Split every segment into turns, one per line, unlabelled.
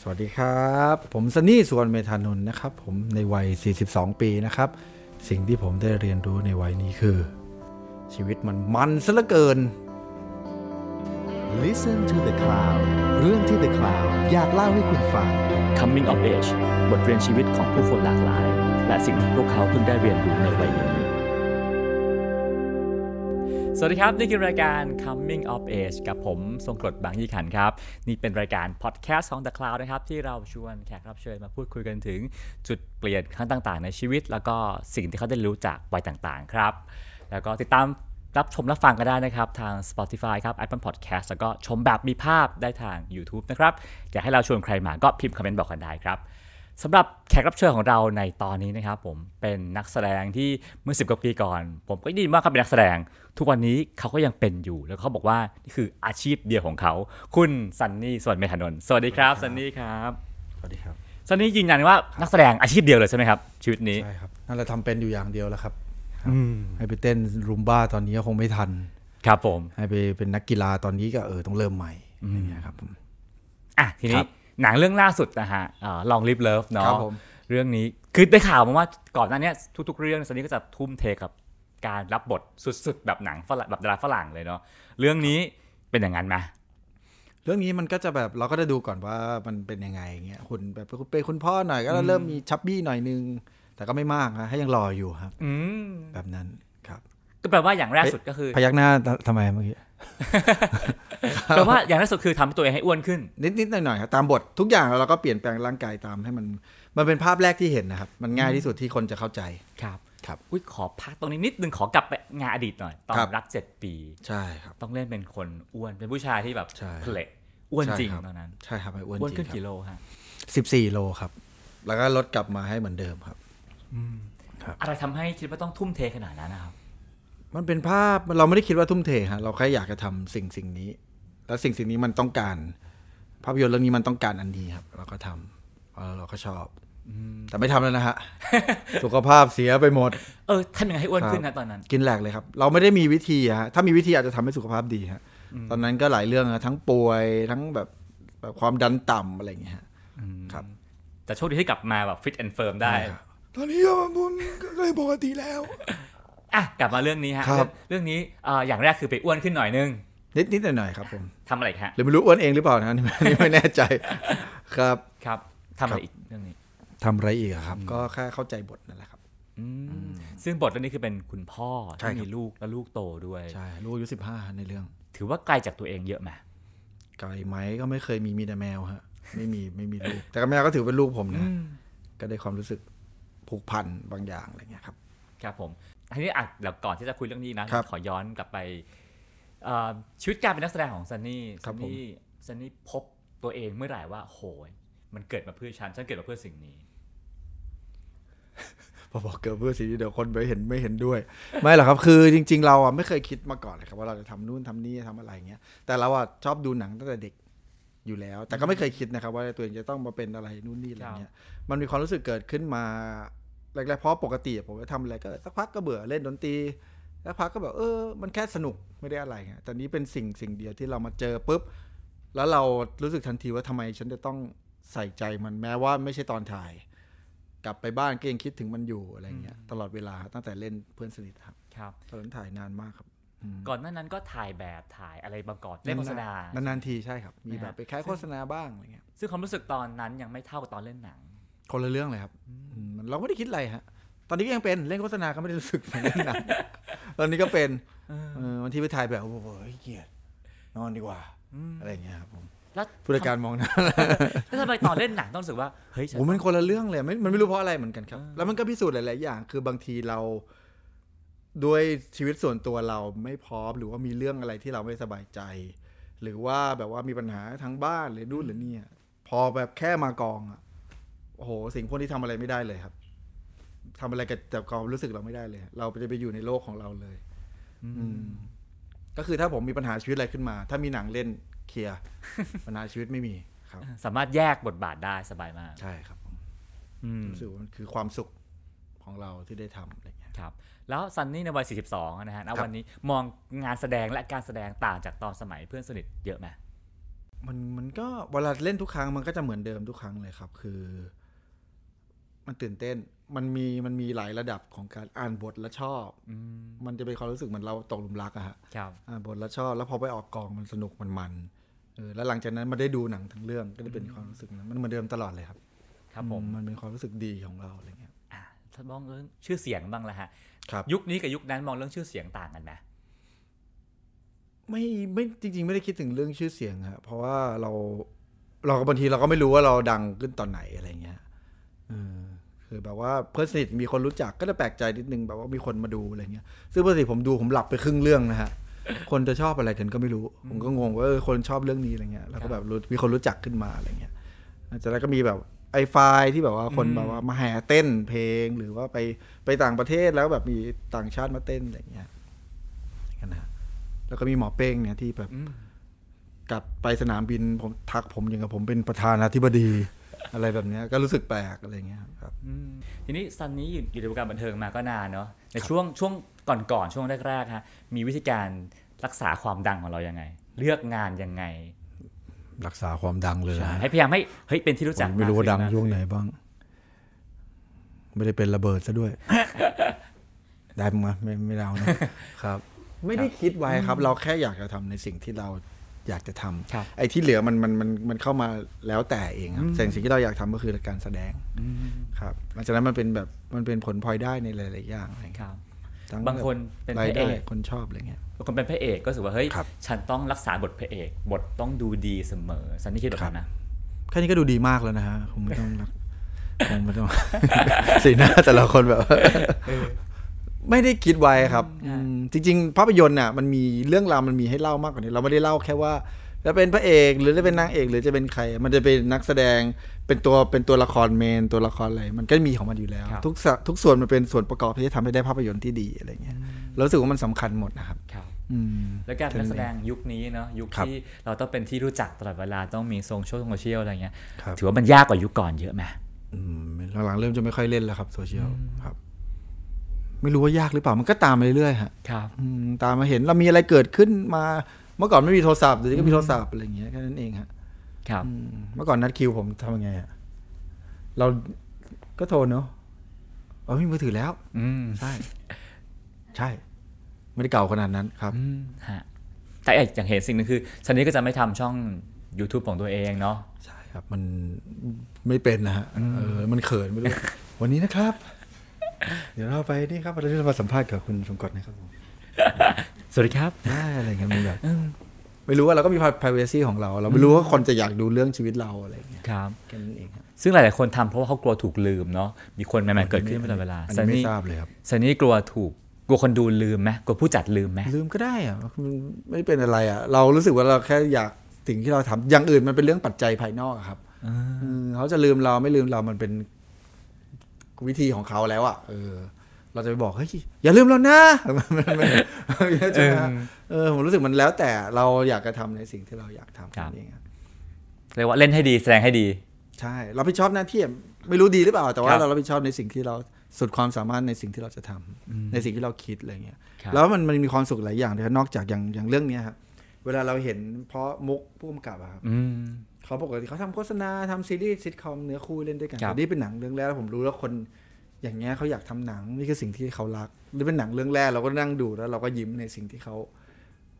สวัสดีครับ ผมซันนี่สวนเมธานนท์นะครับผมในวัย 42 ปีนะครับ สิ่งที่ผมได้เรียนรู้ในวัยนี้คือ ชีวิตมันมันซะเหลือเกิน
Listen to the Cloud เรื่องที่ The Cloud อยากเล่าให้คุณฟัง
Coming of Age บทเรียนชีวิตของผู้คนหลากหลาย และสิ่งที่พวกเขาเพิ่งได้เรียนรู้ในวัยนี้ สวัสดีครับ นี่คือรายการ Coming of Age กับผมทรงกรดบางยี่ขันธ์ครับ นี่เป็นรายการพอดแคสต์ของ The Cloud นะครับ ที่เราชวนแขกรับเชิญมาพูดคุยกันถึงจุดเปลี่ยนครั้งต่าง ๆ ในชีวิต แล้วก็สิ่งที่เขาได้รู้จากวัยต่างๆ ครับ แล้วก็ติดตามรับชมรับฟังกันได้นะครับ ทาง Spotify ครับ Apple Podcast แล้วก็ชมแบบมีภาพได้ทาง YouTube นะครับอยากให้เราชวนใครมาก็พิมพ์คอมเมนต์บอกกันได้ครับ สำหรับแขกรับเชิญของเราในตอนนี้นะครับผมเป็นนักแสดงที่เมื่อ 10 กว่าปีก่อน ผมก็ได้ยินว่าเขาเป็นนักแสดง ทุกวันนี้เขาก็ยังเป็นอยู่ แล้วเขาบอกว่า นี่คืออาชีพเดียวของเขา คุณซันนี่สวัสดีถนนท์สวัสดีครับซันนี่ครับ
สวัสดีครับ
ซันนี่ยืนยันว่านักแสดงอาชีพเดียวเลยใช่ไหมครับ ชีวิตนี้
ใช่ครับนั่นแหละทำเป็นอยู่อย่างเดียวแหล้วครับให้ไปเต้นรุมบ้าตอนนี้ก็คงไม่ทัน
ครับผม
ให้ไปเป็นนักกีฬาตอนนี้ก็เออต้องเริ่มใหม่อย่างเงี้ยครับผม
อ่ะที
ค
นี้
รับ
หนังเรื่องล่าสุดนะฮะลองลิฟเลิฟเนาะ
ครับผม
เรื่องนี้คือได้ข่าวมาว่าก่อนหน้าเนี้ยทุก ๆ เรื่องซันนี่ก็จะทุ่มเทกับการรับบทสุดๆ แบบหนังฝรั่งแบบดาราฝรั่งเลยเนาะเรื่องนี้เป็นอย่างนั้นไหม
เรื่องนี้มันก็จะแบบเราก็จะดูก่อนว่ามันเป็นยังไงอย่างเงี้ยคุณแบบคุณเป็นคุณพ่อหน่อยก็เริ่มมีชับบี้หน่อยนึง แต่ก็ไม่มากนะให้ยังรออยู่ครับ
อืม
แบบนั้นครับ
ก็แปลว่าอย่างแรกสุดก็คือ
พยักหน้าทำไมเมื่อกี้
แปลว่าอย่างแรกสุดคือทำให้ตัวเองให้อ้วนขึ้น
นิดนิดๆหน่อยหน่อยๆครับตามบททุกอย่างเราก็เปลี่ยนแปลงร่างกายตามให้มัน มันเป็นภาพแรกที่เห็นนะครับ มันง่ายที่สุดที่คนจะเข้าใจ
ครับ
ครับ
อุ้ยขอพักตรงนี้นิดนึงขอกลับไปงานอดีตหน่อย ตอน
ครับ
รักเจ็ดปี
ใช่ครับ
ต้องเล่นเป็นคนอ้วนเป็นผู้ชายที่แบบ
ใช่
เพละอ้วนจริง
ใช่ครับ
ตอนนั้น
ใช่ครับไอ้อ้วน
อ้ว
จ
น
ริ
ขึ้น
งค
กี่
รับ
โลฮะ
สิบสี่โลครับ แล้วก็ลดกลับมาให้เหมือนเดิมครับ
อะไรทำให้คิดว่าต้องทุ่มเทขนาดนั้นนะครับ
มันเป็นภาพเราไม่ได้คิดว่าทุ่มเทฮะเราแค่อยากจะทำสิ่งสิ่งนี้ แล้วสิ่งสิ่งนี้มันต้องการ ภาพยนตร์เรื่องนี้มันต้องการอันนี้ครับ เราก็ทำเราเราก็ชอบแต่ไม่ทำแล้วนะฮะ สุขภาพเสียไปหมด
เออทำยังไงให้อ้วนขึ้นนะตอนนั้น
กินแหลกเลยครับ เราไม่ได้มีวิธีอะฮะถ้ามีวิธีอาจจะทำให้สุขภาพดีฮะตอนนั้นก็หลายเรื่องอะทั้งป่วยทั้งแบบแบบความดันต่ำอะไรอย่างเงี้ยฮะครับ
แต่โชคดีที่กลับมาแบบฟิตแอนด์เฟิร์มได้
ครับตอนนี้ก็มันก็ปกติแล้ว
อ่ะกลับมาเรื่องนี้ฮะ
ครับ
เรื่องเรื่องนี้เอ่ออย่างแรกคือไปอ้วนขึ้นหน่อยนึง
นิดนิดหน่อยหน่อยๆครับผม
ทำอะไรอีกฮะ
หรือไม่รู้อ้วนเองหรือเปล่านะอัน นี้อันนี้ไม่แน่ใจครับ
ครับทำอะไรอีกเรื่องนี้
ทำอะไรอีกอะครับ ก็แค่เข้าใจบทนั่นแหละครับ
อืมซึ่งบทเรื่องนี้คือเป็นคุณพ่อ
ใช่ครั
ที่
บ
มีลูกแล้วลูกโตด้วย
ใช่ลูกอายุสิบห้าในเรื่อง
ถือว่าไกลจากตัวเองเยอะไหม
ไก่ไหมก็ไม่เคยมีมีแต่แมวฮะ ไม่มีไม่มีลูก แต่ก็แมวก็ถือเป็นลูกผมนะก็ได้ความรู้สึกผูกพันบางอย่างอะไรเงี้ยครับ
ครับผมทีนี้อ่ะเดี๋ยวก่อนที่จะคุยเรื่องนี้นะ
ครับ
ขอย้อนกลับไปเอ่อชีวิตการเป็นนักแสดงของซันนี่
ครั
ซั
บ
น
ผม
นี่ซันนี่พบตัวเองเมื่อไหร่ว่าโหย มันเกิดมาเพื่อฉันฉันเกิดมาเพื่อสิ่งนี้
พอบอกเกิดเพื่อสิ่งที่เดี๋ยวคนไม่เห็นไม่เห็นด้วย ไม่หรอกครับคือจริง ๆ เราอ่ะไม่เคยคิดมาก่อนเลยครับว่าเราจะทำนู่นทำนี่ทำอะไรเงี้ยแต่เราอ่ะชอบดูหนังตั้งแต่เด็กอยู่แล้ว แต่ก็ไม่เคยคิดนะครับ ว่าตัวเองจะต้องมาเป็นอะไรนู่นนี่อะไรเงี้ยมันมีความรู้สึกเกิดขึ้นมาแรกๆเพราะปกติผมจะทำอะไรก็สักพักก็เบื่อเล่นดนตรีสักพักก็แบบเออ มันแค่สนุกไม่ได้อะไรเงี้ยแต่นี้เป็นสิ่งสิ่งเดียวที่เรามาเจอปุ๊บแล้วเรารู้สึกทันทีว่าทำไมฉันจะต้องใส่ใจมันแม้ว่าไม่ใช่ตอนถ่าย กลับไปบ้านก็ยังคิดถึงมันอยู่อะไรเงี้ยตลอดเวลาตั้งแต่เล่นเพื่อนสนิทครับ
ครับ
ตอนนั้นถ่ายนานมากครับ
ก่อนหน้านั้นก็ถ่ายแบบถ่ายอะไรมาก่อนเล่นโฆษณา
นานๆทีใช่ครับ มี
นะฮะ
แบบไปแค่โฆษณาบ้างอะไรเงี้ย
ซึ่งความรู้สึกตอนนั้นยังไม่เท่ากับตอนเล่นหนัง
คนละเรื่องเลยครับอืมมันเราไม่ได้คิดอะไรฮะ ตอนนี้ก็ยังเป็นเล่นโฆษณาก็ไม่ได้รู้สึกเหมือนเล่น หนังตอนนี้ก็เป็นเออบางทีไปถ่ายแบบโอ้โหเกลียดนอนดีกว่าอะไรเงี้ยครับผม
แล้ว
ผู้จัดการมองหน้า
แล้วทำไมตอนเล่นหนังต้องรู้สึกว่าเฮ้ยฉัน
โอ้มันคนละเรื่องเลยไม่มันไม่รู้เพราะอะไรเหมือนกันครับ แล้วมันก็พิสูจน์หลาย ๆ อย่าง คือบางทีเราด้วยชีวิตส่วนตัวเราไม่พร้อมหรือว่ามีเรื่องอะไรที่เราไม่สบายใจ หรือว่าแบบว่ามีปัญหาทางบ้านหรือนู่นหรือนี่อะพอแบบแค่มากองอะโอ้โห สิ่งพวกนี้ทำอะไรไม่ได้เลยครับทำอะไรกับกับความรู้สึกเราไม่ได้เลย เราจะไปอยู่ในโลกของเราเลย อืม ก็คือถ้าผมมีปัญหาชีวิตอะไรขึ้นมา ถ้ามีหนังเล่นเคลียร์ ปัญหาชีวิตไม่มีครับ
สามารถแยกบทบาทได้สบายมาก
ใช่ครับผม
อืม
รู้สึกว่ามันคือความสุขของเราที่ได้ทำอะไรเงี้ย
ครับ แล้วซันนี่ในวัย 42อะนะฮะณ
ครับ
วันนี้มองงานแสดงและการแสดงต่างจากตอนสมัยเพื่อนสนิทเยอะไหม
มันมันก็เวลาเล่นทุกครั้งมันก็จะเหมือนเดิมทุกครั้งเลยครับ คือ มันตื่นเต้น มันมีมันมีหลายระดับของการอ่านบทแล้วชอบ
อืม
มันจะเป็นความรู้สึกเหมือนเราตกหลุมรักอะฮะ
ครับ
อ่านบทแล้วชอบแล้วพอไปออกกองมันสนุกมันมันเออแล้วหลังจากนั้นมาได้ดูหนังทั้งเรื่องก็ได้เป็นความรู้สึกนั้นมันเหมือนเดิมตลอดเลยครับ
ครับผม
มันเป็นความรู้สึกดีของเราอะไรเงี้ย
อ่ะถ้ามองเรื่องชื่อเสียงบ้างละฮะ
ครับ
ยุคนี้กับยุคนั้นมองเรื่องชื่อเสียงต่างกันไหม
ไม่ไม่จริง ๆ ไม่ได้คิดถึงเรื่องชื่อเสียงฮะเพราะว่าเราเราก็บางทีเราก็ไม่รู้ว่าเราดังขึ้นตอนไหนอะไรเงี้ยเออคือแบบว่าเพื่อนสนิทมีคนรู้จักก็จะแปลกใจนิดนึงแบบว่ามีคนมาดูอะไรเงี้ยซึ่งเพื่อนสนิทผมดูผมหลับไปครึ่งเรื่องนะฮะ คนจะชอบอะไรกันก็ไม่รู้ ผมก็งงว่าเออคนชอบเรื่องนี้อะไรเงี้ยแล้วก็แบบรู้มีคนรู้จักขึ้นมาอะไรเงี้ยจากนั้นก็มีแบบไอไฟที่แบบว่าคนแบบว่ามาแห่เต้นเพลงหรือว่าไปไปต่างประเทศแล้วแบบมีต่างชาติมาเต้นอะไรเงี้ยอย่างนั้นนะฮะแล้วก็มีหมอเป้งเนี่ยที่แบบ
อืม
กลับไปสนามบินผมทักผมอย่างกับผมเป็นประธานาธิบดี อะไรแบบเนี้ยก็รู้สึกแปลกอะไรเงี้ยครับ
อืมทีนี้ซันนี้อยู่อยู่ในวงการบันเทิงมาก็นานเนาะในช่วงช่วงก่อนๆช่วงแรกๆฮะมีวิธีการรักษาความดังของเรายังไง เลือกงานยังไง
รักษาความดังเลยนะ
ให้พยายามให้เฮ้ยเป็นที่รู้จัก
ผมไม่รู้ว่าดัง
มกขึ้
ช่วงไหนบ้าง ไม่ได้เป็นระเบิดซะด้วย ได้มั้ยไม่ไม่ได้เอานะครับ ไม่ได้คิดไว้ครับ เราแค่อยากจะทำในสิ่งที่เราอยากจะทำ
ครับ
ไอ้ที่เหลือมันมันมันมันเข้ามาแล้วแต่เองครับแต่สิ่งที่เราอยากทำก็คือการแสดง
อืม
ครับหลังจากนั้นมันเป็นแบบมันเป็นผลพลอยได้ในหลาย ๆ อย่างอะไร
ค
เงี้ย
รับ
ทั้แบบ
างคนเป็น
รา
พ
ย
ระ
ได้
เอก
คนชอบอะไรเงี้ย
บางคนเป็นพระเอกก็รู้สึกว่าเฮ้ย
ครับ
ฉันต้องรักษาบทพระเอก บทต้องดูดีเสมอซันนี่คิดแบบ
ครั
นั้
บ
นนะ
แค่นี้ก็ดูดีมากแล้วนะฮะคงไม่ต้องรัก คงไม่ ต้อง สีหน้าแต่ละคนแบบ ไม่ได้คิดไว้ครับอืมจริง ๆ ภาพยนตร์น่ะมันมีเรื่องราวมันมีให้เล่ามากกว่านี้ เราไม่ได้เล่าแค่ว่าจะเป็นพระเอกหรือจะเป็นนางเอกหรือจะเป็นใคร มันจะเป็นนักแสดงเป็นตัวเป็นตัวละครเมน ตัวละครอะไรมันก็มีของมันอยู่แล้ว ทุกสะทุกส่วนมันเป็นส่วนประกอบที่จะทำให้ได้ภาพยนตร์ที่ดีอะไรเงี้ยเรารู้สึกว่ามันสำคัญหมดนะครับ
ครับ
อืม
แล้วการเป็นนักแสดงยุคนี้เนาะยุค
ครับ
ที่เราต้องเป็นที่รู้จักตลอดเวลาต้องมีโซเชียลโซเชียลอะไรเงี้ย
ครับ
ถือว่ามันยากกว่ายุคก่อนเยอะไหม
อืมหลังๆเริ่มจะไม่ค่อยเล่นแล้วครับโซเชียลครับ ไม่รู้ว่ายากหรือเปล่ามันก็ตามไปเรื่อยๆฮะ
ครับ
อืมตามมาเห็นเรามีอะไรเกิดขึ้นมา เมื่อก่อนไม่มีโทรศัพท์เดี๋ยวนี้ก็มีโทรศัพท์อะไรอย่างเงี้ยแค่นั้นเองฮะ
ครับ
อืมเมื่อก่อนนัดคิวผมทำยังไงอะเราก็โทรเนาะเอามีมือถือแล้ว
อืม
ใช่ ใช่ ไม่ได้เก่าขนาดนั้นครับ
อืมฮะแต่อีกอย่างเห็นสิ่งหนึงคือซันนี่ก็จะไม่ทำช่อง YouTube ของตัวเองเนาะ
ใช่ครับ มันไม่เป็นนะฮะเออ มันเขินไม่รู้ วันนี้นะครับ เดี๋ยวเราไปนี่ครับเราจะมาสัมภาษณ์กับคุณสมกรนะครับผม
สวัสดีครับ
ได้อะไรเงี้ยมันแบบไม่รู้ว่าเราก็มี privacy ของเรา เราไม่รู้ว่าคนจะอยากดูเรื่องชีวิตเราอะไรอย่างเงี้ย
ครับ
แค่นั้นเองครับ
ซึ่งหลาย ๆ คนทำเพราะว่าเขากลัวถูกลืมเนาะมีคนใหม่ ๆ เกิดขึ้นตลอดเวลา
อัน
ซั
นี้
น
ไม่
นี่
ทราบเลยครับ
ซันนี่กลัวถูกกลัวคนดูลืมไหมกลัวผู้จัดลืมไหม
ลืมก็ได้อะมันไม่เป็นอะไรอะเรารู้สึกว่าเราแค่อยากสิ่งที่เราทำอย่างอื่นมันเป็นเรื่องปัจจัยภายนอกอะครับเออเขาจะลืมเราไม่ลืมเรามันเป็นวิธีของเขาแล้วอะเออ เราจะไปบอกเฮ้ยอย่าลืมเรานะ มันมันมันใช่ไหมฮะเออผมรู้สึกมันแล้วแต่เราอยากจะทำในสิ่งที่เราอยากทำ
ครับ
นั่นเองอะ
เรียกว่าเล่นให้ดีแสดงให้ดี
ใช่รับผิดชอบหน้าที่ไม่รู้ดีหรือเปล่า แต่ว่า
ครับ
เรารับผิดชอบในสิ่งที่เราสุดความสามารถในสิ่งที่เราจะทำในสิ่งที่เราคิดอะไรเงี้ย
ครับ
แล้วมันมันมีความสุขหลายอย่างเลยครับนอกจากอย่างอย่างเรื่องเนี้ยครับเวลาเราเห็นเพราะมุกผู้กำกับอะครับ
อืม
เขาปกติเขาทำโฆษณาทำซีรีส์ซิทคอมเนื้อคู่เล่นด้วยกัน
ครับ
แต่นี่เป็นหนังเรื่องแรกแล้วผมรู้แล้วคนอย่างเงี้ยเขาอยากทำหนังนี่คือสิ่งที่เขารักหรือเป็นหนังเรื่องแรกเราก็นั่งดูแล้ว เราก็ยิ้มในสิ่งที่เขา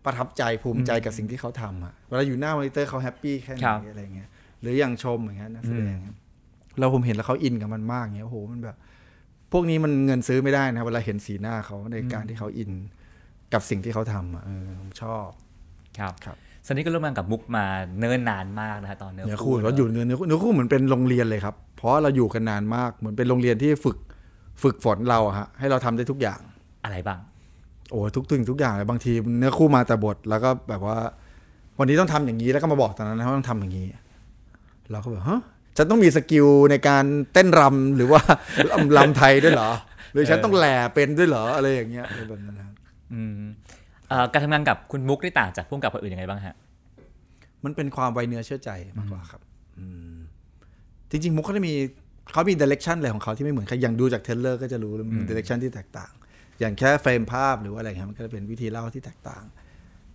ประทับใจภูมิใจกับสิ่งที่เขาทำอะเวลาอยู่หน้ามอนิเตอร์เขาแฮปปี้แค่ไหนอะไรเงี้ย หรืออย่างชมอย่างเงี้ยนักแสดงครับเราผมเห็นแล้วเขาอินกับมันมากเงี้ยโอ้โหมันแบบ พวกนี้มันเงินซื้อไม่ได้นะเวลาเห็นสีหน้าเขาในการที่เขาอินกับสิ่งที่เขาทำอ่ะเออผมชอบ
ครับ
ครับ
ซันนี่ก็ร่วมงานกับมุกมาเนิ่นนานมากนะฮะตอนเนื้
เนื้อ
อ
คู่
คู่
เราอยู่เนื้อเนื้อคู่เนื้อคู่เหมือนเป็นโรงเรียนเลยครับ เพราะเราอยู่กันนานมากเหมือนเป็นโรงเรียนที่ฝึกฝึกฝนเราอะฮะให้เราทำได้ทุกอย่าง
อะไรบ้าง
โอ้ทุกสิ่งทุกอย่างเลยบางทีเนื้อคู่มาแต่บทแล้วก็แบบว่า วันนี้ต้องทำอย่างนี้แล้วก็มาบอกตอนนั้นนะว่าต้องทำอย่างนี้ เราก็แบบฮะฉันต้องมีสกิลในการเต้นรำหรือว่า ลำลำไทยด้วยเหรอ หรือฉันต้องแหล่เป็นด้วยเหรออะไรอย่างเงี้ยอะไรแบบนั้นนะ
อืมเอ่อการทำงานกับคุณมุกได้ต่างจากพุ่มกับคนอื่นยังไงบ้างฮะ
มันเป็นความไวเนื้อเชื่อใจมากกว่าครับอืมจริง ๆ มุกเขาจะมีเขามีดิเรกชันอะไรของเขาที่ไม่เหมือนใครอย่างดูจากเทรลเลอร์ก็จะรู้เลยมีดิเรกชันที่แตกต่าง อย่างแค่เฟรมภาพหรือว่าอะไรเงี้ยมันก็จะเป็นวิธีเล่าที่แตกต่าง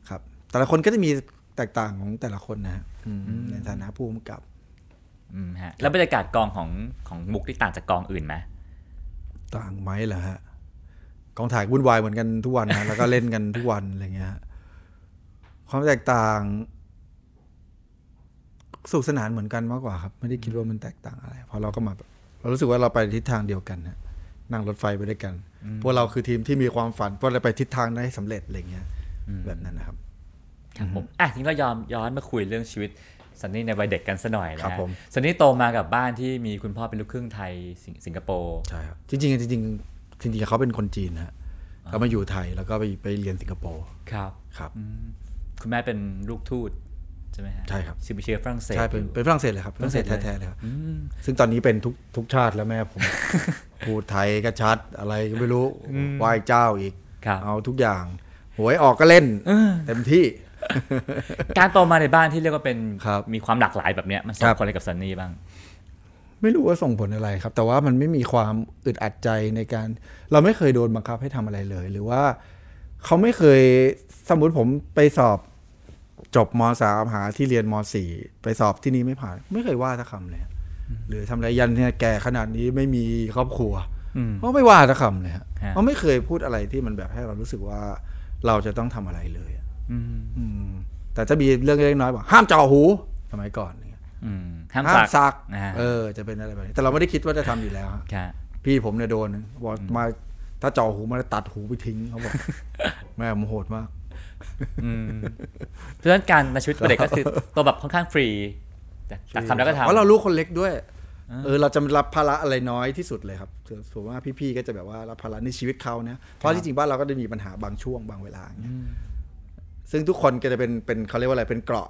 ครับ แต่ละคนก็จะมี แตกต่างของแต่ละคนนะฮะอืมในฐานะผู้กำกับ
อืมฮะแล้วบรรยากาศกองของของมุกที่ต่างจากกองอื่นไหม
ต่างไหมเหรอฮะกองถ่ายวุ่นวายเหมือนกันทุกวันนะ แล้วก็เล่นกันทุกวันอะไรเงี้ยฮะความแตกต่างสนุขสนานเหมือนกันมากกว่าครับ ไม่ได้คิดว่ามันแตกต่างอะไรเพราะเราก็มาแบบเรารู้สึกว่าเราไปทิศทางเดียวกันนะนั่งรถไฟไปด้วยกัน พวกเราคือทีมที่มีความฝันพวกเราไปทิศทางนั้นให้สำเร็จอะไรเงี้ยแบบนั้นนะครับ
ครับผมอ่ะทีนี้เรายอมย้อนมาคุยเรื่องชีวิตซันนี่ในวัยเด็กกันซะหน่อยนะครับ
ผม
ซันนี่โตมากับบ้านที่มีคุณพ่อเป็นลูกครึ่งไทยสิงสิงคโปร์
ใช่ครับจริงๆจริงๆจริงๆเขาเป็นคนจีนนะฮะเขามาอยู่ไทยแล้วก็ไปไปเรียนสิงคโปร์
ครับ
ครับ
คุณแม่เป็นลูกทูตใช่ไหมฮะ
ใช่ครับ
ชื่อเชื้อฝรั่งเศส
ใช่เป็น
อยู่
เป็นฝรั่งเศสเลยครับฝรั่งเศส
ฝรั่งเศสเล
แท้ๆ
ย
เลยครับ
อืม
ซึ่งตอนนี้เป็นทุกทุกชาติแล้วแม่ ผม พูดไทยก็ชัดอะไรก็ไม่รู้ไหว้เจ้าอีก
ครับ
เอาทุกอย่าง หวยออกก็เล่นเต็มที่
การโตมาในบ้านที่เรียกว่าเป็น
ครับ
มีความหลากหลายแบบเนี้ยมันส่
ค
ง
รับ
ผลอะไรกับซันนี่บ้าง
ไม่รู้ว่าส่งผลอะไรครับ แต่ว่ามันไม่มีความอึดอัดใจในการ เราไม่เคยโดนบังคับให้ทำอะไรเลย หรือว่าเขาไม่เคยสมมุติผมไปสอบจบมสามหาที่เรียนมสี่ไปสอบที่นี่ไม่ผ่าน ไม่เคยว่าสักคำเลยฮะหรือทำอะไรยันเนี่ยแก่ขนาดนี้ไม่มีครอบครัว
อืม
เขาไม่ว่าสักคำเลยฮะ
ฮะ
เขาไม่เคยพูดอะไรที่มันแบบให้เรารู้สึกว่าเราจะต้องทำอะไรเลยอะ
อืม
อืม แต่จะมีเรื่องเล็กๆน้อยๆบอกห้ามเจ่อหูสมัยก่อนเนี่ย
อืมห้าม
ห้า
สั
ม
ก
สัก
อ่า
เออ จะเป็นอะไรแบบนี้ แต่เราไม่ได้คิดว่าจะทำอยู่แล้วฮะ
ค่ะ
พี่ผมเนี่ยโดนบอกมาถ้าเจ่อหูมาตัดหูไปทิ้งเขา บอก แม่ผมโหดมาก
อืมเพราะฉะนั้นการในชีวิตวัยเด็กก็คือตัวแบบค่อนข้างฟรีจากจากทำแล้วก็ทำ
เพราะเราลูกคนเล็กด้วย เออ เราจะรับภาระอะไรน้อยที่สุดเลยครับส่วนมากพี่ๆก็จะแบบว่ารับภาระในชีวิตเขาเนะเพราะที่จริงบ้านเราก็จะมีปัญหาบางช่วงบางเวลาอย่างเงี้ยซึ่งทุกคนก็จะเป็นเป็นเขาเรียกว่าอะไรเป็นเกราะ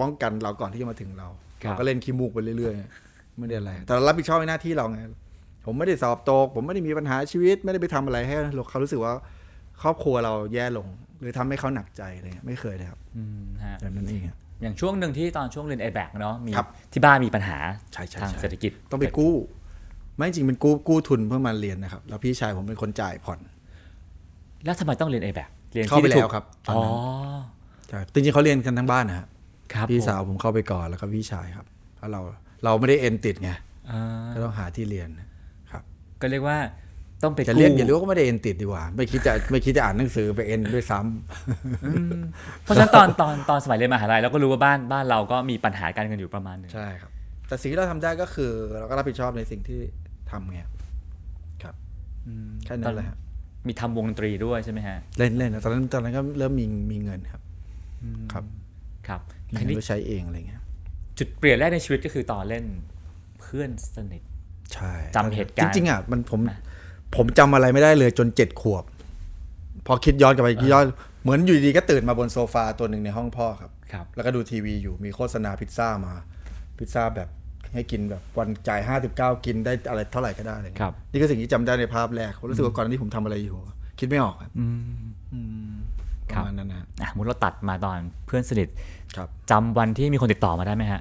ป้องกันเราก่อนที่จะมาถึงเรา
ครับ
เราก็เล่นขี้มูกไปเรื่อยๆไม่ได้อะไร แต่เรารับผิดชอบในหน้าที่เราไงผมไม่ได้สอบตก ผมไม่ได้มีปัญหาชีวิต ไม่ได้ไปทำอะไรให้เขารู้สึกว่า ครอบครัวเราแย่ลง หรือทำให้เขาหนักใจอะไรเลยไม่เคยเลยครับ
อืมฮะ
แบบนั้นเองอะ
อย่างช่วงหนึ่งที่ตอนช่วงเรียนไอแบกเนาะมี
ครับ
ที่บ้านมีปัญหา
ใช่ใช่
ทาง
ใช่
เศรษฐกิจ
ต้องไปกู้ ไม่จริงเป็นกู้กู้ทุนเพื่อมาเรียนนะครับ แล้วพี่ชายผมเป็นคนจ่ายผ่อน
แล้วทำไมต้องเรียนไอแบกเรียน
เข้าไป
ที่ถูก
แล้วครับตอน
อ๋อ
นั้น ใช่จริงๆเขาเรียนกันทั้งบ้านนะฮะ
ครับ
พี่
ผม
สาวผมเข้าไปก่อนแล้วก็พี่ชายครับแล้วเราเราไม่ได้เอ็นติดไง
อ่า
ก็ต้องหาที่เรียนครับ
ก็เรียกว่าต้องไป
จะเรียกอย่าเรียกว่าไม่ได้เอ็นติดดีกว่า ไม่คิดจะไม่คิดจะอ่านหนังสือไปเอ็นด้วยซ้ำ
เพราะฉะนั้นตอน ตอนตอนสมัยเรียนมหาลัยเราก็รู้ว่าบ้านบ้านเราก็มีปัญหาการเงินอยู่ประมาณหนึง
ใช่ครับ แต่สิ่งที่เราทำได้ก็คือ เราก็รับผิดชอบในสิ่งที่ทำไงครับแค่นั้นแหละฮะ
มีทำวงดนตรีด้วยใช่ไหมฮะ
เล่นเล่นนะตอนนั้นตอนนั้นก็เริ่มมีมีเงินครับครับ
ครับ
มี
คราว
เงิ
นี้
นไปใช้เองอะไรเงี้ย
จุดเปลี่ยนแรกในชีวิตก็คือตอนเล่นเพื่อนสนิท
ใช่
จำเหตุการณ์
จริงๆอ่ะมันผมผมจำอะไรไม่ได้เลยจนเจ็ดขวบ พอคิดย้อนกลับไปคิดย้อนเหมือนอยู่ดีๆก็ตื่นมาบนโซฟาตัวหนึ่งในห้องพ่อครับ
ครับ
แล้วก็ดูทีวีอยู่มีโฆษณาพิซซ่ามา พิซซ่าแบบให้กินแบบวันจ่ายห้าสิบเก้ากินได้อะไรเท่าไหร่ก็ได้เลย
ครับ
นี่คือสิ่งที่จำได้ในภาพแรกผมรู้สึกว่าก่อนหนานี้ผมทำอะไรอยู่ คิดไม่ออกครับอืมประมาณนั้นนะฮะ
อ่ะสมมุติเราตัดมาตอนเพื่อนสนิท
ครับ
จำวันที่มีคนติดต่อมาได้ไหมฮะ